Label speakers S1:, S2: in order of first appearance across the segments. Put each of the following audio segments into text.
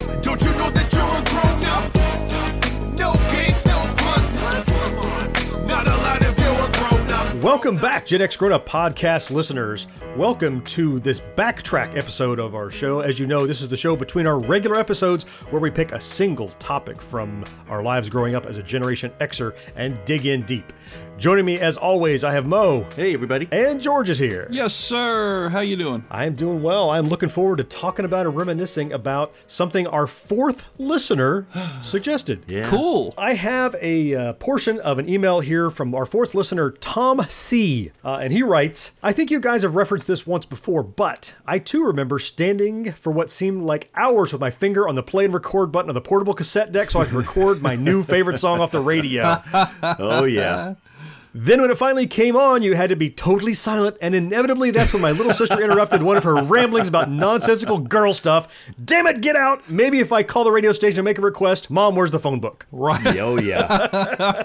S1: Don't you know that you're a grown up? No games, no puns. Not allowed if you're a grown up.
S2: Welcome back, Gen X Grown Up podcast listeners. Welcome to this backtrack episode of our show. As you know, this is the show between our regular episodes where we pick a single topic from our lives growing up as a Generation Xer and dig in deep. Joining me, as always, I have Mo
S3: Hey, everybody.
S2: and George is here.
S4: Yes, sir. How you doing?
S2: I am doing well. I am looking forward to talking about and reminiscing about something our fourth listener suggested. Yeah.
S4: Cool.
S2: I have a uh, portion of an email here from our fourth listener, Tom C. Uh, and he writes I think you guys have referenced this once before, but I too remember standing for what seemed like hours with my finger on the play and record button of the portable cassette deck so I could record my new favorite song off the radio.
S3: Oh, yeah.
S2: Then, when it finally came on, you had to be totally silent, and inevitably, that's when my little sister interrupted one of her ramblings about nonsensical girl stuff. Damn it, get out! Maybe if I call the radio station and make a request, Mom, where's the phone book?
S4: Right.
S3: Oh, yeah.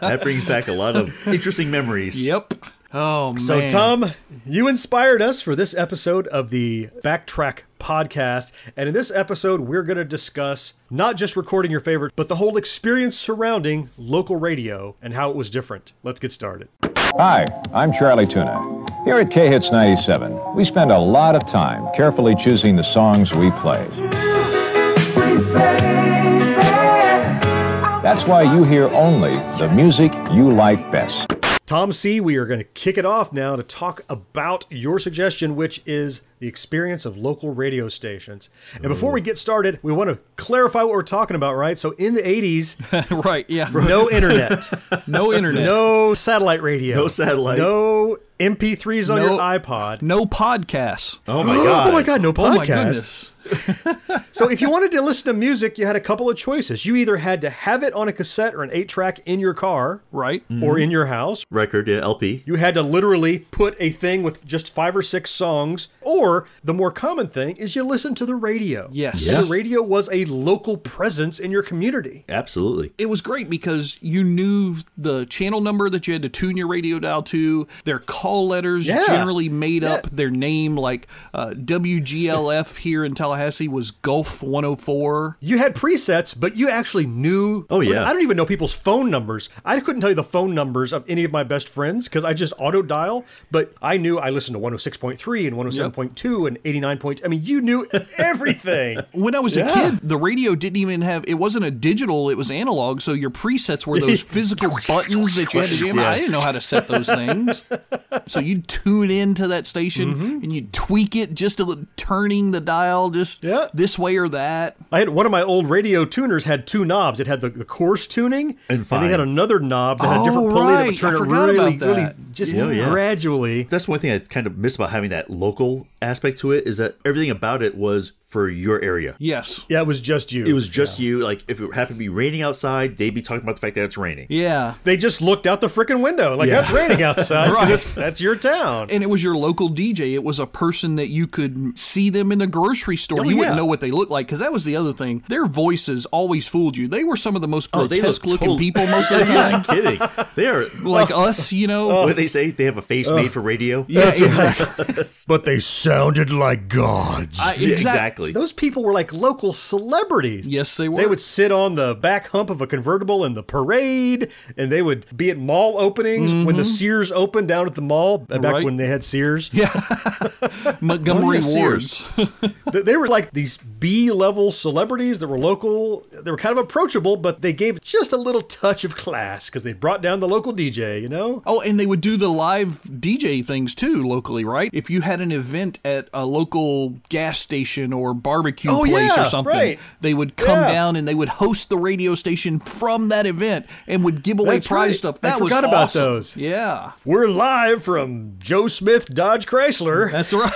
S3: That brings back a lot of interesting memories.
S4: Yep. Oh man.
S2: So, Tom, you inspired us for this episode of the Backtrack podcast. And in this episode, we're going to discuss not just recording your favorite, but the whole experience surrounding local radio and how it was different. Let's get started.
S5: Hi, I'm Charlie Tuna. Here at K Hits 97, we spend a lot of time carefully choosing the songs we play. That's why you hear only the music you like best.
S2: Tom C., we are going to kick it off now to talk about your suggestion, which is the experience of local radio stations. And before we get started, we want to clarify what we're talking about, right? So, in the 80s,
S4: right. Yeah.
S2: no internet.
S4: No internet.
S2: No satellite radio.
S3: No satellite.
S2: No MP3s on
S4: No-
S2: your iPod.
S4: No podcasts.
S3: Oh, my God.
S2: Oh my god, no
S4: Oh my
S2: podcast.
S4: goodness.
S2: so if you wanted to listen to music, you had a couple of choices. You either had to have it on a cassette or an 8-track in your car
S4: Right.
S2: or in your house.
S3: Record, yeah, LP.
S2: You had to literally put a thing with just 5 or 6 songs or the more common thing is you listen to the radio.
S4: Yes.
S2: And The radio was a local presence in your community.
S3: Absolutely.
S4: It was great because you knew the channel number that you had to tune your radio dial to. Their call letters
S2: Yeah.
S4: generally made up their name, like uh, WGLF here in Tallahassee was Gulf 104.
S2: You had presets, but you actually knew.
S3: Oh, yeah.
S2: I don't even know people's phone numbers. I couldn't tell you the phone numbers of any of my best friends because I just auto dial. But I knew I listened to 106.3 and 107.2 and 89. Point, I mean, you knew everything.
S4: When I was
S2: Yeah.
S4: a kid, the radio didn't even have it wasn't a digital, it was analog, so your presets were those physical buttons that you had to jam.
S3: Yeah.
S4: I didn't know how to set those things. so you'd tune into that station and you'd tweak it just a little turning the dial just
S2: Yeah.
S4: this way or that.
S2: I had one of my old radio tuners had two knobs. It had the, the coarse tuning,
S3: And
S2: they had
S3: fine.
S2: another knob that had a
S4: Oh,
S2: different pulley that
S4: right.
S2: would turn
S4: I
S2: it
S4: forgot
S2: really,
S4: about
S2: really
S4: that.
S2: just
S3: Yeah, yeah.
S2: gradually.
S3: That's one thing I kind of miss about having that local aspect to it is that everything about it was for your area.
S4: Yes.
S2: Yeah, it was just you.
S3: It was just you. Like, if it happened to be raining outside, they'd be talking about the fact that it's raining.
S4: Yeah.
S2: They just looked out the frickin' window like that's raining outside. 'cause
S4: Right.
S2: it's- that's your town.
S4: And it was your local DJ. It was a person that you could see them in the grocery store.
S2: Oh,
S4: you wouldn't
S2: yeah.
S4: know what they looked like because that was the other thing. Their voices always fooled you. They were some of the most
S3: Oh, they look
S4: grotesque looking
S3: totally-
S4: people most of the time.
S3: I'm not kidding. They are.
S4: like us, you know.
S3: What do they say? They have a face made for radio.
S2: That's right. but they sounded like gods.
S4: I-
S3: Yeah,
S4: exact-
S3: exactly.
S2: Those people were like local celebrities.
S4: Yes, they were.
S2: They would sit on the back hump of a convertible in the parade, and they would be at mall openings when the Sears opened down at the mall uh, back
S4: Mm-hmm. Right.
S2: when they had Sears.
S4: Montgomery
S3: Oh, yeah, Sears.
S4: Wards.
S2: They- They were like these B level celebrities that were local. They were kind of approachable, but they gave just a little touch of class because they brought down the local DJ, you know?
S4: Oh, and they would do the live DJ things too locally, right? If you had an event at a local gas station or barbecue
S2: Oh,
S4: place
S2: yeah,
S4: or something,
S2: right.
S4: they would come
S2: Yeah.
S4: down and they would host the radio station from that event and would give away
S2: That's
S4: prize
S2: right.
S4: stuff.
S2: I
S4: That was
S2: forgot about
S4: awesome.
S2: those.
S4: Yeah,
S2: We're live from Joe Smith Dodge Chrysler.
S4: that's right.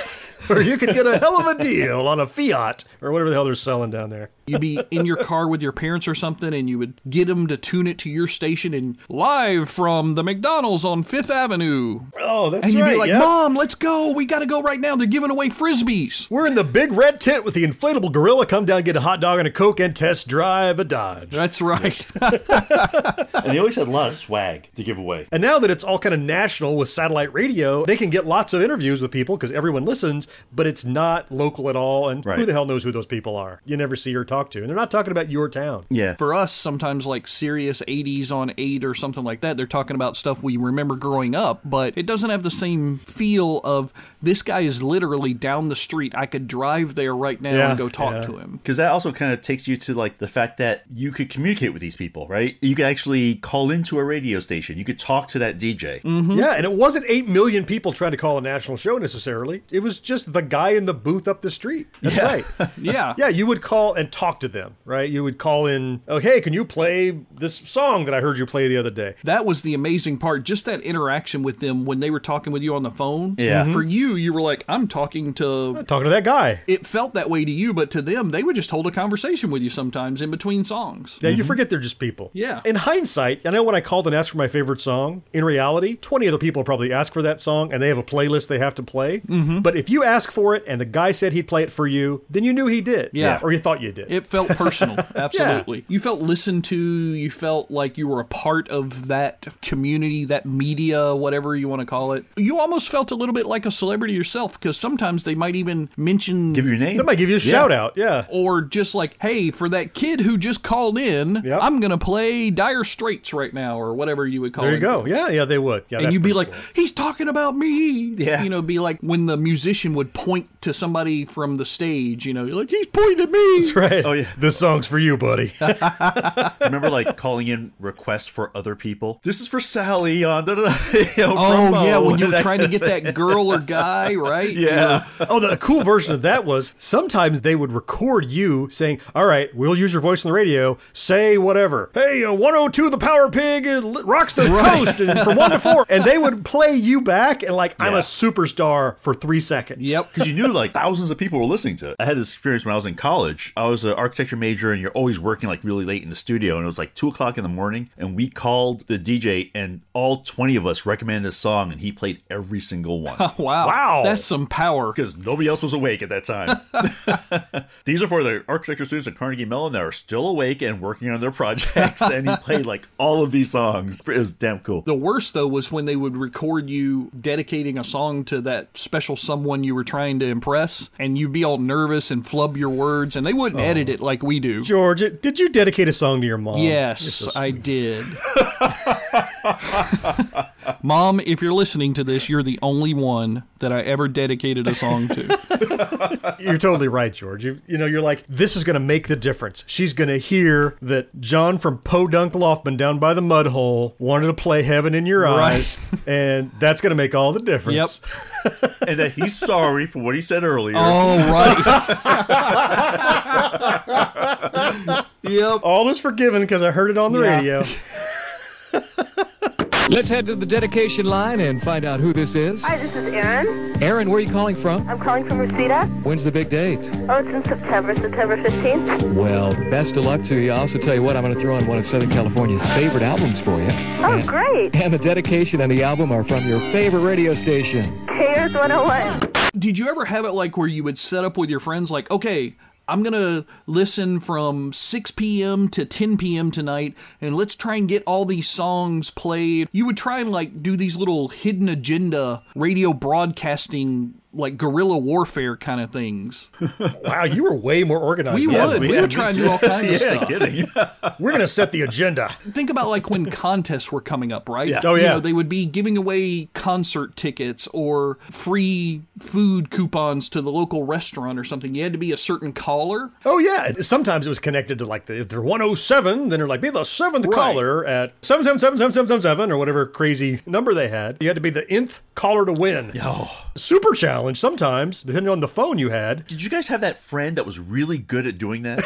S2: or you could get a hell of a deal on a Fiat or whatever the hell they're selling down there.
S4: You'd be in your car with your parents or something, and you would get them to tune it to your station and live from the McDonald's on Fifth Avenue.
S2: Oh, that's
S4: And you'd
S2: right.
S4: be like,
S2: yeah.
S4: Mom, let's go. We got to go right now. They're giving away frisbees.
S2: We're in the big red tent with the inflatable gorilla. Come down, get a hot dog and a Coke, and test drive a Dodge.
S4: That's right.
S3: and they always had a lot of swag to give away.
S2: And now that it's all kind of national with satellite radio, they can get lots of interviews with people because everyone listens. but it's not local at all. And who
S3: Right.
S2: the hell knows who those people are? You never see or talk to. And they're not talking about your town.
S3: Yeah.
S4: For us, sometimes like serious 80s on 8 or something like that, they're talking about stuff we remember growing up, but it doesn't have the same feel of this guy is literally down the street. I could drive there right now
S2: Yeah,
S4: and go talk
S2: yeah.
S4: to him.
S3: Because that also kind of takes you to like the fact that you could communicate with these people, right? You could actually call into a radio station. You could talk to that DJ.
S2: Yeah, and it wasn't 8 million people trying to call a national show necessarily. It was just the guy in the booth up the street. That's right.
S4: Yeah.
S2: Yeah, you would call and talk to them, right? You would call in, oh, hey, can you play this song that I heard you play the other day?
S4: That was the amazing part, just that interaction with them when they were talking with you on the phone.
S3: Yeah. Mhm.
S4: For you, you were like, I'm talking to.
S2: Talking to that guy.
S4: It felt that way to you, but to them, they would just hold a conversation with you sometimes in between songs.
S2: Yeah, you forget they're just people.
S4: Mm-hmm. Yeah.
S2: In hindsight, I know when I called and asked for my favorite song, in reality, 20 other people probably ask for that song and they have a playlist they have to play. Mm-hmm. But if you ask for it and the guy said he'd play it for you, then you knew he did.
S4: Yeah.
S2: Or you thought you did.
S4: It felt personal, absolutely. You felt listened to, you felt like you were a part of that community, that media, whatever you want to call it. You almost felt a little bit like a celebrity yourself because sometimes they might even mention
S3: Give your name.
S2: that might give you a shout out. Yeah.
S4: or just like, hey, for that kid who just called in,
S2: Yep.
S4: I'm gonna play Dire Straits right now, or whatever you would call it.
S2: There you go. Yeah, yeah, they would. Yeah,
S4: And
S2: that's
S4: you'd be
S2: pretty
S4: like,
S2: cool.
S4: he's talking about me.
S3: Yeah.
S4: You know, be like when the musician would point to somebody from the stage, you know, you're like, he's pointing at me.
S2: That's right.
S3: Oh, yeah.
S2: This song's for you, buddy.
S3: Remember, like calling in requests for other people. This is for Sally on. Da, da, da, you know,
S4: Oh,
S3: promo.
S4: yeah, when you were trying to get that girl or guy, right? You know,
S3: Yeah.
S2: oh, the cool version of that was sometimes they would record you saying, All right, we'll use your voice on the radio, say whatever. Hey, uh, 102 the Power Pig uh, li- rocks the coast and from one to four. And they would play you back and, like, I'm a
S3: Yeah.
S2: superstar for three seconds.
S4: Yep.
S3: Because you knew like thousands of people were listening to it. I had this experience when I was in college. I was an architecture major, and you're always working like really late in the studio. And it was like two o'clock in the morning, and we called the DJ, and all twenty of us recommended a song, and he played every single one.
S4: Wow.
S2: Wow.
S4: That's some power.
S3: Because nobody else was awake at that time. These are for the architecture students at Carnegie Mellon that are still awake and working on their projects. and he played like all of these songs. It was damn cool.
S4: The worst, though, was when they would record you dedicating a song to that special someone you were trying to impress, and you'd be all nervous and flub your words, and they wouldn't edit it like we do.
S2: George, did you dedicate a song to your mom?
S4: Yes, I did. Mom, if you're listening to this, you're the only one that I ever dedicated a song to.
S2: You're totally right, George. You, you know, you're like, this is going to make the difference. She's going to hear that John from Podunk Loftman down by the mud hole wanted to play Heaven in Your
S4: Right.
S2: Eyes, and that's going to make all the
S4: yep.
S2: difference.
S3: And that he's sorry for what he said earlier.
S4: All right. yep.
S2: All is forgiven because I heard it on the
S4: Yeah.
S2: radio.
S6: Let's head to the dedication line and find out who this is.
S7: Hi, this is Erin. Uh,
S6: Aaron, where are you calling from?
S7: I'm calling from Reseda.
S6: When's the big date?
S7: Oh, it's in September, September 15th.
S6: Well, best of luck to you. I'll also tell you what, I'm going to throw in one of Southern California's favorite albums for you.
S7: Oh, great.
S6: And the dedication and the album are from your favorite radio station.
S7: Cheers 101.
S4: Did you ever have it like where you would set up with your friends, like, okay, I'm going to listen from 6 p.m. to 10 p.m. tonight, and let's try and get all these songs played? You would try and like do these little hidden agenda radio broadcasting, like guerrilla warfare kind of things.
S2: Wow, you were way more organized.
S4: We
S2: than I
S4: would.
S2: was.
S4: We would try and do all kinds of
S3: yeah,
S4: stuff.
S3: kidding.
S2: We're going to set the agenda.
S4: Think about like when contests were coming up, right?
S2: Oh,
S4: You
S2: yeah.
S4: know, they would be giving away concert tickets or free food coupons to the local restaurant or something. You had to be a certain caller.
S2: Oh, yeah. Sometimes it was connected to like, the, if they're 107, then they're like, be the seventh
S4: Right.
S2: caller at 7777777 or whatever crazy number they had. You had to be the nth caller to win. Super challenge sometimes, depending on the phone you had.
S3: Did you guys have that friend that was really good at doing that?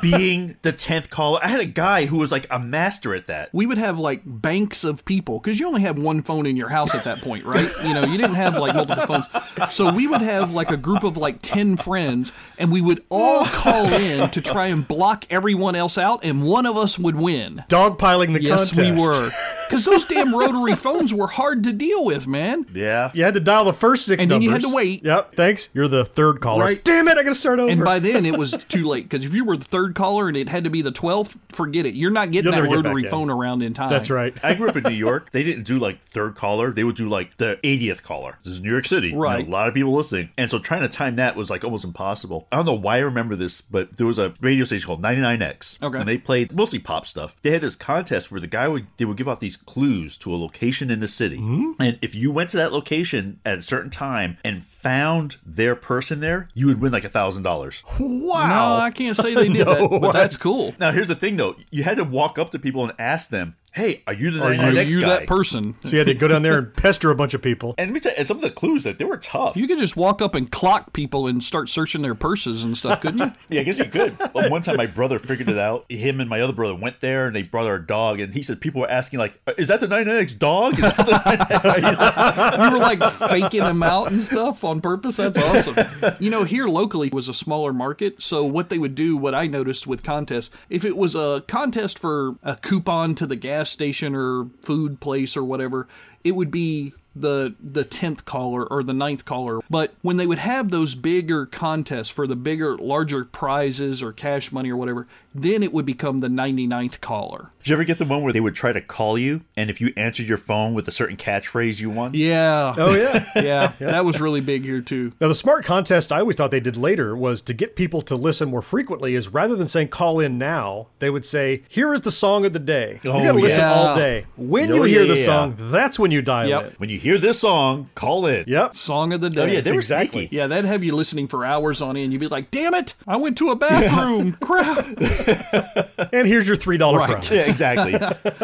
S3: Being the 10th caller. I had a guy who was like a master at that.
S4: We would have like banks of people because you only had one phone in your house at that point, right? You know, you didn't have like multiple phones. So we would have like a group of like 10 friends and we would all call in to try and block everyone else out and one of us would win.
S2: Dogpiling the
S4: Yes,
S2: contest.
S4: we were. Because those damn rotary phones were hard to deal with, man.
S3: Yeah.
S2: You had to dial the first six
S4: And then
S2: numbers.
S4: you had to wait.
S2: Yep. Thanks. You're the third caller.
S4: Right.
S2: Damn it! I gotta start over.
S4: And by then it was too late because if you were the third caller and it had to be the twelfth, forget it. You're not getting
S2: You'll never
S4: that
S2: get
S4: rotary
S2: back in.
S4: phone around in time.
S2: That's right.
S3: I grew up in New York. They didn't do like third caller. They would do like the 80th caller. This is New York City. You know,
S4: Right.
S3: a lot of people listening. And so trying to time that was like almost impossible. I don't know why I remember this, but there was a radio station called 99X.
S4: Okay.
S3: And they played mostly pop stuff. They had this contest where the guy would, they would give out these clues to a location in the city.
S4: Mm-hmm.
S3: And if you went to that location at a certain time and found their person there, you would win like a thousand dollars.
S4: No,
S2: Wow.
S4: I can't say they did that, but that's cool.
S3: Now here's the thing though. You had to walk up to people and ask them, Hey, are you the
S2: Are you-
S4: Are
S3: 99X
S4: you
S3: guy?
S4: that person?
S2: so you had to go down there and pester a bunch of people.
S3: And let me tell you, and some of the clues that they were tough.
S4: You could just walk up and clock people and start searching their purses and stuff, couldn't you?
S3: yeah, I guess you could. Well, one time, my brother figured it out. Him and my other brother went there, and they brought our dog. And he said people were asking, like, "Uh, "Is that the 99X dog?" Is that the 99X?
S4: you were like faking them out and stuff on purpose. That's awesome. You know, here locally was a smaller market, so what they would do, what I noticed with contests, if it was a contest for a coupon to the gas station or food place or whatever, it would be the the tenth caller or the ninth caller. But when they would have those bigger contests for the bigger, larger prizes or cash money or whatever, then it would become the 99th caller.
S3: Did you ever get the one where they would try to call you, and if you answered your phone with a certain catchphrase, you won?
S4: Yeah.
S2: Oh yeah.
S4: yeah. That was really big here too.
S2: Now, the smart contest I always thought they did later was to get people to listen more frequently. Is rather than saying call in now, they would say, "Here is the song of the day. You
S3: Oh,
S2: got to listen
S4: yeah.
S2: all day. When
S3: Oh,
S2: you hear
S3: yeah,
S2: the
S3: yeah.
S2: song, that's when you dial
S4: Yep.
S2: in."
S3: When you hear this song, call in.
S2: Yep.
S4: Song of the day.
S3: Oh yeah, they were
S2: Exactly.
S3: sneaky.
S4: Yeah, that'd have you listening for hours on end. You'd be like, damn it, I went to a bathroom. Crap.
S2: And here's your three dollar
S4: Right.
S2: prize.
S3: Yeah, exactly.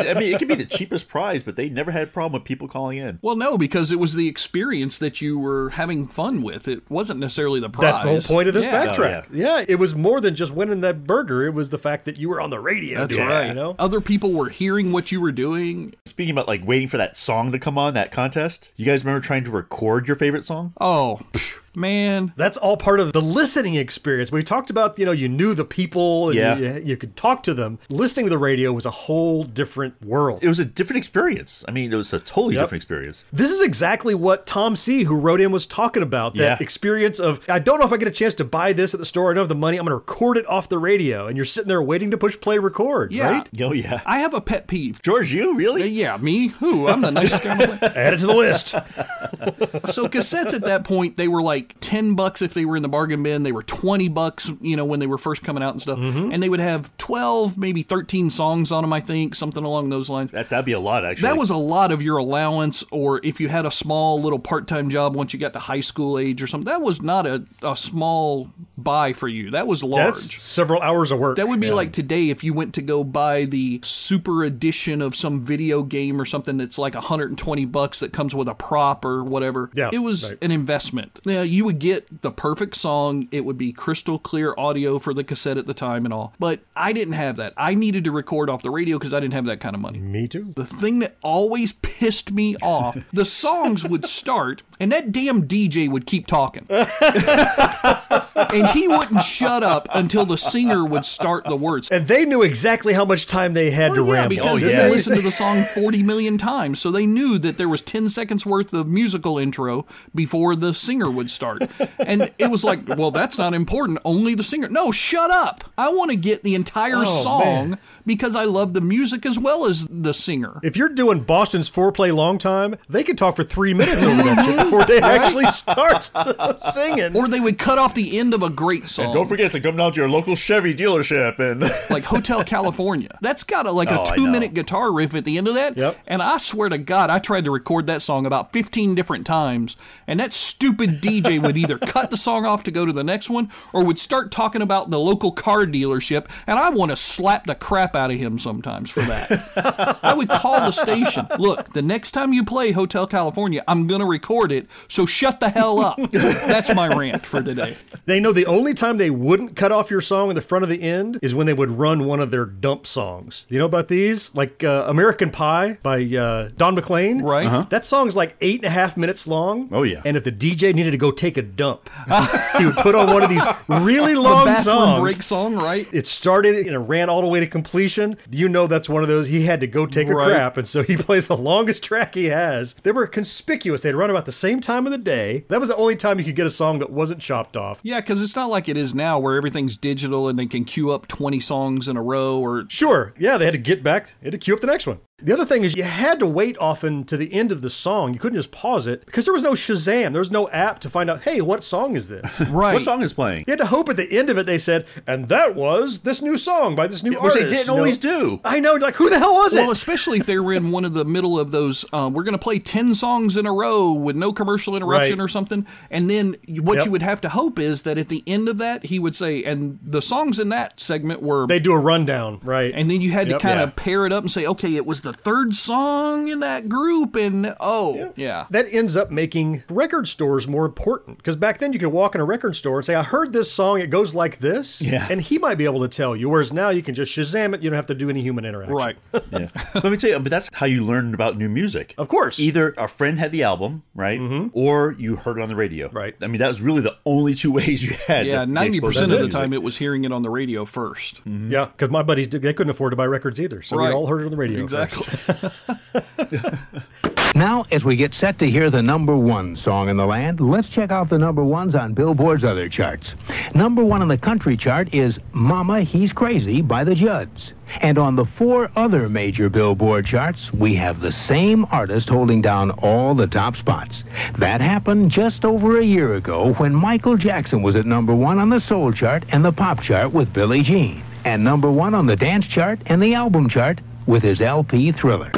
S3: I mean, it could be the cheapest prize, but they never had a problem with people calling in.
S4: Well, no, because it was the experience that you were having fun with. It wasn't necessarily the
S2: That's
S4: prize.
S2: the whole point of this
S4: Yeah.
S2: backtrack. yeah. it was more than just winning that burger. It was the fact that you were on the radio.
S4: That's
S2: Yeah.
S4: right.
S2: You know?
S4: Other people were hearing what you were doing.
S3: Speaking about like waiting for that song to come on that contest, you guys remember trying to record your favorite song?
S4: Oh, phew, man.
S2: That's all part of the listening experience. We talked about, you know, you knew the people and
S3: Yeah.
S2: you, you- you could talk to them. Listening to the radio was a whole different world.
S3: It was a different experience. I mean, it was a totally
S2: Yep.
S3: different experience.
S2: This is exactly what Tom C, who wrote in, was talking about. That
S3: Yeah.
S2: experience of, I don't know if I get a chance to buy this at the store. I don't have the money. I'm going to record it off the radio. And you're sitting there waiting to push play record,
S4: Yeah.
S2: right?
S3: Oh yeah.
S4: I have a pet peeve.
S3: George, you
S4: Uh,
S3: really?
S4: Yeah, me? Who? I'm the nicest guy on the planet.
S2: Add it to the list.
S4: So cassettes at that point they were like ten bucks if they were in the bargain bin. They were twenty bucks, you know, when they were first coming out and stuff. And they would have twelve, maybe thirteen songs on them. I think something along those lines.
S3: That that'd be a lot actually.
S4: That was a lot of your allowance, or if you had a small little part time job once you got to high school age or something. That was not a, a small buy for you. That was large.
S2: That's several hours of work.
S4: that would be like today if you went to go buy the super edition of some video game or something that's like 120 bucks that comes with a prop or whatever.
S2: Yeah,
S4: it was
S2: right.
S4: an investment. Now you would get the perfect song. It would be crystal clear audio for the cassette at the time and all. But I didn't have that. I needed to record off the radio because I didn't have that kind of money
S2: Me too.
S4: the thing that always pissed me off the songs would start and that damn dj would keep talking and he wouldn't shut up until the singer would start the words
S2: And they knew exactly how much time they had to
S4: Well, yeah,
S2: ramble.
S4: because
S3: Oh,
S4: they
S3: yeah.
S4: listened to the song 40 million times, so they knew that there was 10 seconds worth of musical intro before the singer would start. And it was like, well, that's not important. Only the singer. No, shut up. I want to get the entire
S3: Oh,
S4: song because I love the music as well as the singer.
S2: If you're doing Boston's foreplay long time, they could talk for three minutes over that shit before they actually start singing.
S4: Or they would cut off the end of a great song.
S3: And don't forget to come down to your local Chevy dealership and
S4: like Hotel California. That's got a, like
S3: Oh,
S4: a
S3: I
S4: two minute guitar riff at the end of that.
S2: Yep.
S4: And I swear to God, I tried to record that song about 15 different times. And that stupid DJ would either cut the song off to go to the next one or would start talking about the local car dealership. And I want to slap the crap out of him sometimes for that. I would call the station. Look, the next time you play Hotel California, I'm going to record it. So shut the hell up. That's my rant for today.
S2: They know the only time they wouldn't cut off your song in the front of the end is when they would run one of their dump songs. You know about these? Like uh, American Pie by uh, Don McLean.
S4: Right. Uh-huh.
S2: That song's like eight and a half minutes long.
S3: Oh, yeah.
S2: And if the DJ needed to go take a dump. he would put on one of these really long
S4: bathroom
S2: songs.
S4: break song, right?
S2: It started and it ran all the way to completion. You know that's one of those he had to go take
S4: Right.
S2: a crap, and so he plays the longest track he has. They were conspicuous. They'd run about the same time of the day. That was the only time you could get a song that wasn't chopped off.
S4: Yeah, because it's not like it is now where everything's digital and they can queue up 20 songs in a row or.
S2: Sure. Yeah, they had to get back. They had to queue up the next one. The other thing is you had to wait often to the end of the song. You couldn't just pause it because there was no Shazam. There was no app to find out, hey, what song is this? you
S4: Right.
S3: What song is playing?
S2: had to hope at the end of it they said, and that was this new song by this new
S3: Which
S2: artist.
S3: they didn't
S2: you know?
S3: always do.
S2: I know, like who the hell was
S4: Well,
S2: it?
S4: especially if they were in one of the middle of those, uh, we're going to play 10 songs in a row with no commercial interruption
S2: Right.
S4: or something. And then what
S2: Yep.
S4: you would have to hope is that at the end of that, he would say, and the songs in that segment were.
S2: They do a rundown, right?
S4: and then you had
S2: Yep.
S4: to kind of
S2: Yeah.
S4: pair it up and say, okay, it was the third song in that group. And oh, yeah.
S2: that ends up making record stores more important because back then you could walk in a record store and say, "I heard this song. It goes like this,"
S3: Yeah.
S2: and he might be able to tell you. Whereas now you can just Shazam it. You don't have to do any human interaction.
S4: Right.
S3: Yeah. Let me tell you, but that's how you learned about new music.
S2: Of course.
S3: Either a friend had the album, right?
S4: Mm-hmm.
S3: Or you heard it on the radio.
S2: Right.
S3: I mean, that was really the only two ways you had.
S4: Yeah,
S3: to- to
S4: ninety
S3: expose
S4: percent
S3: that
S4: of the
S3: music.
S4: time it was hearing it on the radio 1st
S2: Yeah, because my buddies did- they couldn't afford to buy records either, so
S4: Right.
S2: we all heard it on the radio.
S4: Exactly.
S8: Now, as we get set to hear the number one song in the land, let's check out the number ones on Billboard's other charts. Number one on the country chart is Mama He's Crazy by the Judds. And on the four other major Billboard charts, we have the same artist holding down all the top spots. That happened just over a year ago when Michael Jackson was at number one on the soul chart and the pop chart with Billie Jean. And number one on the dance chart and the album chart with his LP Thriller.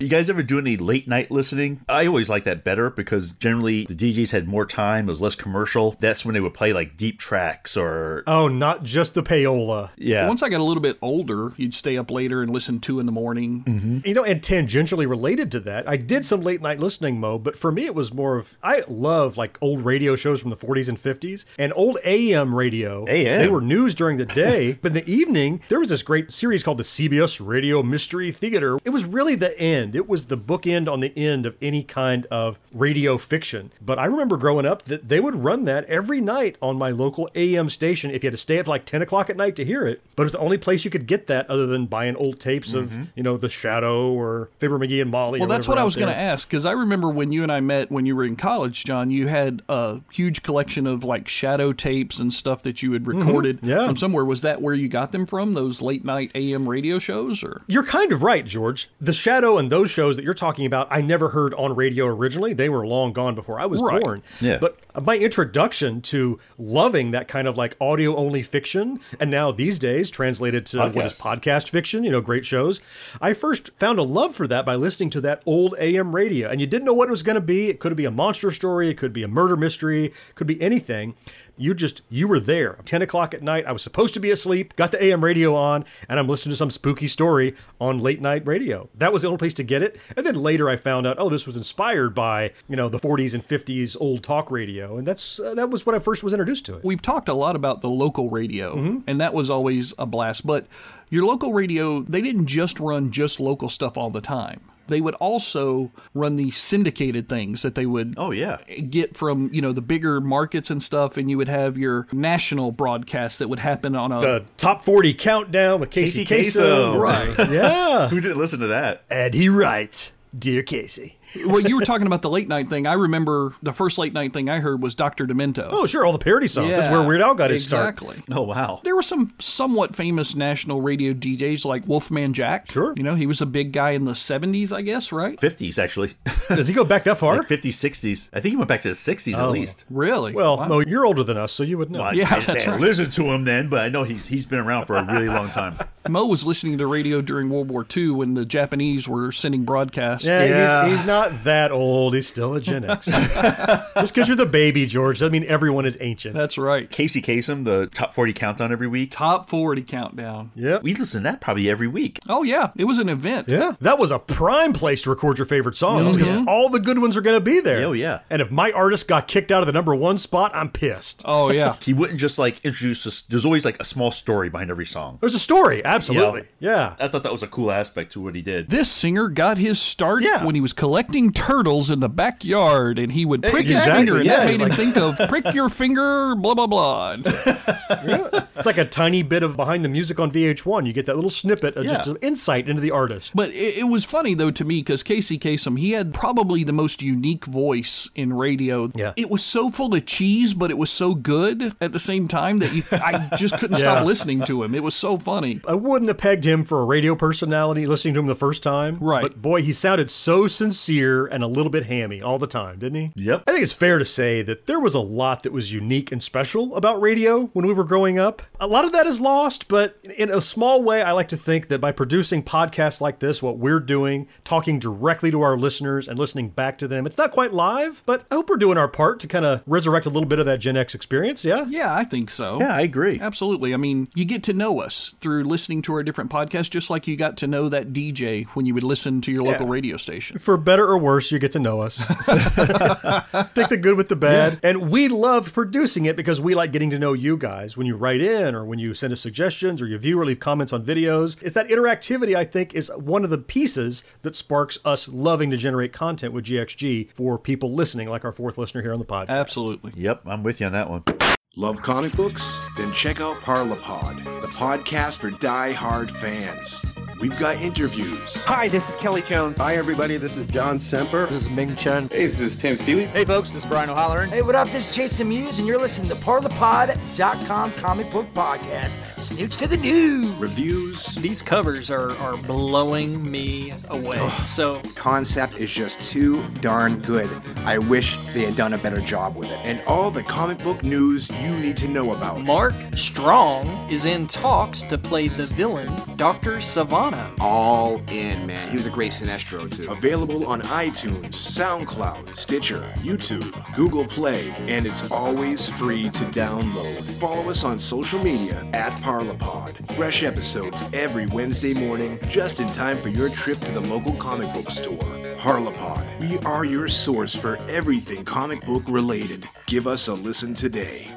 S3: You guys ever do any late night listening? I always like that better because generally the DJs had more time, it was less commercial. That's when they would play like deep tracks or.
S2: Oh, not just the payola.
S3: yeah.
S4: Once I got a little bit older, you'd stay up later and listen to in the morning.
S2: You know, and tangentially related to that, I did some late night listening, Mo, but for me it was more of I love like old radio shows from the 40s and 50s and old AM radio.
S3: AM.
S2: They were news during the day, but in the evening there was this great series called the CBS Radio Mystery Theater. It was really the end. It was the bookend on the end of any kind of radio fiction. But I remember growing up that they would run that every night on my local AM station if you had to stay up like 10 o'clock at night to hear it. But it was the only place you could get that other than buying old tapes of, you know, The Shadow or Fibber McGee and Molly.
S4: Mm-hmm. Well,
S2: or
S4: that's
S2: whatever
S4: what I
S2: out
S4: was going to
S2: there.
S4: ask because I remember when you and I met when you were in college, John. You had a huge collection of like shadow tapes and stuff that you had recorded
S2: Mm-hmm. Yeah.
S4: from somewhere. Was that where you got them from? Those late night AM radio shows, or
S2: You're kind of right, George. The Shadow and those shows that you're talking about, I never heard on radio originally. They were long gone before I was
S4: Right.
S2: born.
S3: Yeah.
S2: But my introduction to loving that kind of like audio only fiction, and now these days translated to what is
S3: Podcast.
S2: podcast fiction, you know, great shows. I first found a love for that by listening to that old AM radio, and you didn't know what it was going to be. It could be a monster story, it could be a murder mystery, it could be anything. You just, you were there. 10 o'clock at night, I was supposed to be asleep, got the AM radio on, and I'm listening to some spooky story on late night radio. That was the only place to get it. And then later I found out, oh, this was inspired by, you know, the 40s and 50s old talk radio. And that's, uh, that was when I first was introduced to it.
S4: we've talked a lot about the local radio,
S2: Mm-hmm.
S4: and that was always a blast. But your local radio, they didn't just run just local stuff all the time. They would also run the syndicated things that they would
S3: oh, yeah.
S4: get from you know the bigger markets and stuff, and you would have your national broadcast that would happen on a
S2: The top 40 countdown with Casey,
S3: Casey
S2: Kasem.
S3: Kasem.
S4: right.
S2: Yeah.
S3: Who didn't listen to that?
S2: And he writes, Dear Casey.
S4: well, you were talking about the late night thing. I remember the first late night thing I heard was Doctor Demento.
S2: Oh, sure, all the parody songs. That's where Weird Al got his start.
S4: exactly.
S3: Oh, wow.
S4: There were some somewhat famous national radio DJs like Wolfman Jack.
S2: Sure.
S4: you know he was a big guy in the '70s, I guess, right?
S3: 50s, actually.
S2: Does he go back that far?
S3: Like 50s, 60s. I think he went back to the 60s at least.
S4: Really?
S2: well,
S4: Wow.
S2: Mo, you're older than us, so you would know.
S3: Well, I
S4: Oh. Yeah,
S3: didn't
S4: that's
S3: say I
S4: right.
S3: listened to him then, but I know he's he's been around for a really long time.
S4: Mo was listening to radio during World War II when the Japanese were sending broadcasts.
S2: yeah,
S3: Yeah.
S2: He's, he's not that old. He's still a Gen X. Just because you're the baby, George, doesn't mean everyone is ancient.
S4: That's right.
S3: Casey Kasem, the top 40 countdown every week.
S4: Top 40 countdown.
S2: Yep.
S3: We listen to that probably every week.
S4: Oh yeah, it was an event.
S2: Yeah. That was a prime place to record your favorite songs because all the good ones are going to be there.
S3: Oh, yeah.
S2: And if my artist got kicked out of the number one spot, I'm pissed.
S4: Oh yeah.
S3: He wouldn't just like introduce us. There's always like a small story behind every song.
S2: There's a story. Absolutely. Yeah.
S3: I thought that was a cool aspect to what he did.
S4: This singer got his start art
S2: Yeah.
S4: when he was collecting turtles in the backyard, and he would prick his
S3: exactly,
S4: finger, and
S3: yeah,
S4: that
S3: he's
S4: made him
S3: like-
S4: think of prick your finger, blah blah blah. And
S2: It's like a tiny bit of behind the music on VH1. You get that little snippet of just
S3: Yeah.
S2: an insight into the artist.
S4: But it, it was funny though to me because Casey Kasem, he had probably the most unique voice in radio.
S2: Yeah.
S4: It was so full of cheese, but it was so good at the same time that you, I just couldn't stop listening to him. It was so funny.
S2: I wouldn't have pegged him for a radio personality listening to him the first time.
S4: Right.
S2: But boy, he sounded so sincere and a little bit hammy all the time, didn't he?
S3: Yep.
S2: I think it's fair to say that there was a lot that was unique and special about radio when we were growing up. A lot of that is lost, but in a small way, I like to think that by producing podcasts like this, what we're doing, talking directly to our listeners and listening back to them, it's not quite live, but I hope we're doing our part to kind of resurrect a little bit of that Gen X experience. Yeah.
S4: Yeah, I think so.
S3: Yeah, I agree.
S4: Absolutely. I mean, you get to know us through listening to our different podcasts, just like you got to know that DJ when you would listen to your local radio station.
S2: for better or worse, you get to know us. Take the good with the bad. And we love producing it because we like getting to know you guys when you write in or when you send us suggestions or you view or leave comments on videos. It's that interactivity, I think, is one of the pieces that sparks us loving to generate content with GXG for people listening, like our fourth listener here on the podcast.
S4: Absolutely.
S3: Yep, I'm with you on that one.
S1: Love comic books? Then check out Parlapod, the podcast for die-hard fans. We've got interviews,
S9: Hi, this is Kelly Jones.
S10: Hi, everybody. This is John Semper.
S6: This is Ming Chen.
S10: Hey, this is Tim Seeley. Hey, folks. This is Brian O'Halloran.
S11: Hey, what up? This is Jason Mewes, and you're listening to Parlapod.com comic book podcast. Snooch to the news.
S1: reviews.
S9: These covers are, are blowing me away. So
S1: Concept is just too darn good. I wish they had done a better job with it. And all the comic book news you need to know about.
S9: Mark Strong is in talks to play the villain, Dr. Savannah.
S1: all in, man. He was a great Sinestro, too. Available on iTunes, SoundCloud, Stitcher, YouTube, Google Play, and it's always free to download. Follow us on social media at Parlapod. Fresh episodes every Wednesday morning, just in time for your trip to the local comic book store. Parlapod, we are your source for everything comic book related. Give us a listen today.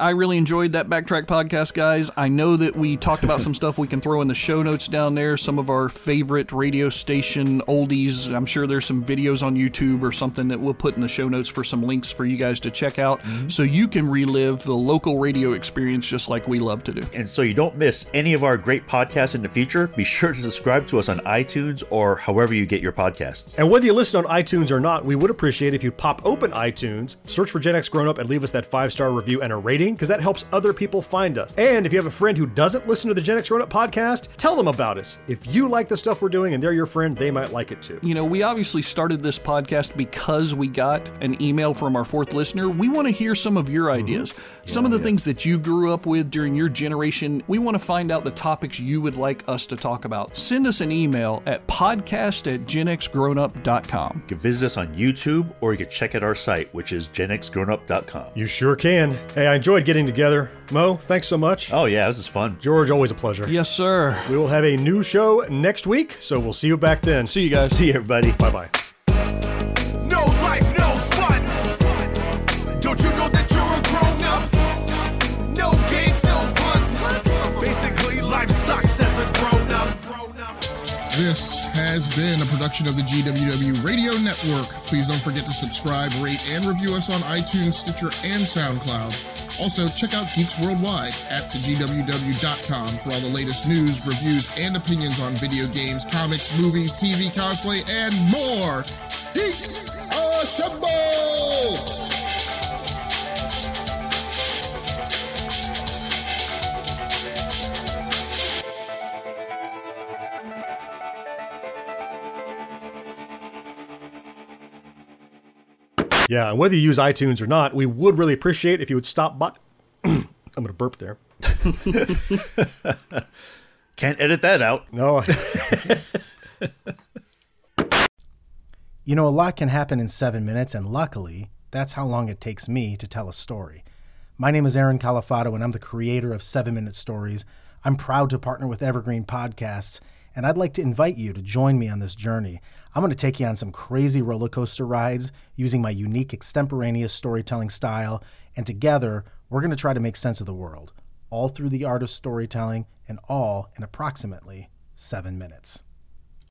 S4: I really enjoyed that backtrack podcast, guys. I know that we talked about some stuff we can throw in the show notes down there, some of our favorite radio station oldies. I'm sure there's some videos on YouTube or something that we'll put in the show notes for some links for you guys to check out so you can relive the local radio experience just like we love to do.
S3: And so you don't miss any of our great podcasts in the future, be sure to subscribe to us on iTunes or however you get your podcasts.
S2: And whether you listen on iTunes or not, we would appreciate if you pop open iTunes, search for Gen X Grown Up, and leave us that five star review and a rating, because that helps other people find us. And if you have a friend who doesn't listen to the Gen X Grown Up podcast, tell them about us. If you like the stuff we're doing and they're your friend, they might like it too.
S4: You know, we obviously started this podcast because we got an email from our fourth listener. We want to hear some of your ideas, some of the things that you grew up with during your generation. We want to find out the topics you would like us to talk about. Send us an email at podcast at genxgrownup.com.
S3: You can visit us on YouTube or you can check out our site, which is genxgrownup.com.
S2: You sure can. Hey, I enjoyed getting together. Mo, thanks so much.
S3: Oh, yeah, this is fun.
S2: George, always a pleasure.
S4: Yes, sir.
S2: We will have a new show next week, so we'll see you back then.
S4: See you guys.
S3: See you, everybody.
S2: Bye bye.
S1: No life, no fun. Don't you know that you're a grown up? No games, no puns. Basically, life sucks as a grown up.
S10: This has been a production of the GWW Radio Network. Please don't forget to subscribe, rate, and review us on iTunes, Stitcher, and SoundCloud. Also, check out Geeks Worldwide at thegww.com for all the latest news, reviews, and opinions on video games, comics, movies, TV, cosplay, and more. Geeks Assemble!
S2: Yeah, and whether you use iTunes or not, we would really appreciate if you would stop by. I'm going to burp there.
S3: Can't edit that out.
S2: No.
S10: You know, a lot can happen in seven minutes, and luckily, that's how long it takes me to tell a story. My name is Aaron Califato, and I'm the creator of Seven Minute Stories. I'm proud to partner with Evergreen Podcasts, and I'd like to invite you to join me on this journey. I'm going to take you on some crazy roller coaster rides using my unique extemporaneous storytelling style, and together, we're going to try to make sense of the world, all through the art of storytelling, and all in approximately seven minutes.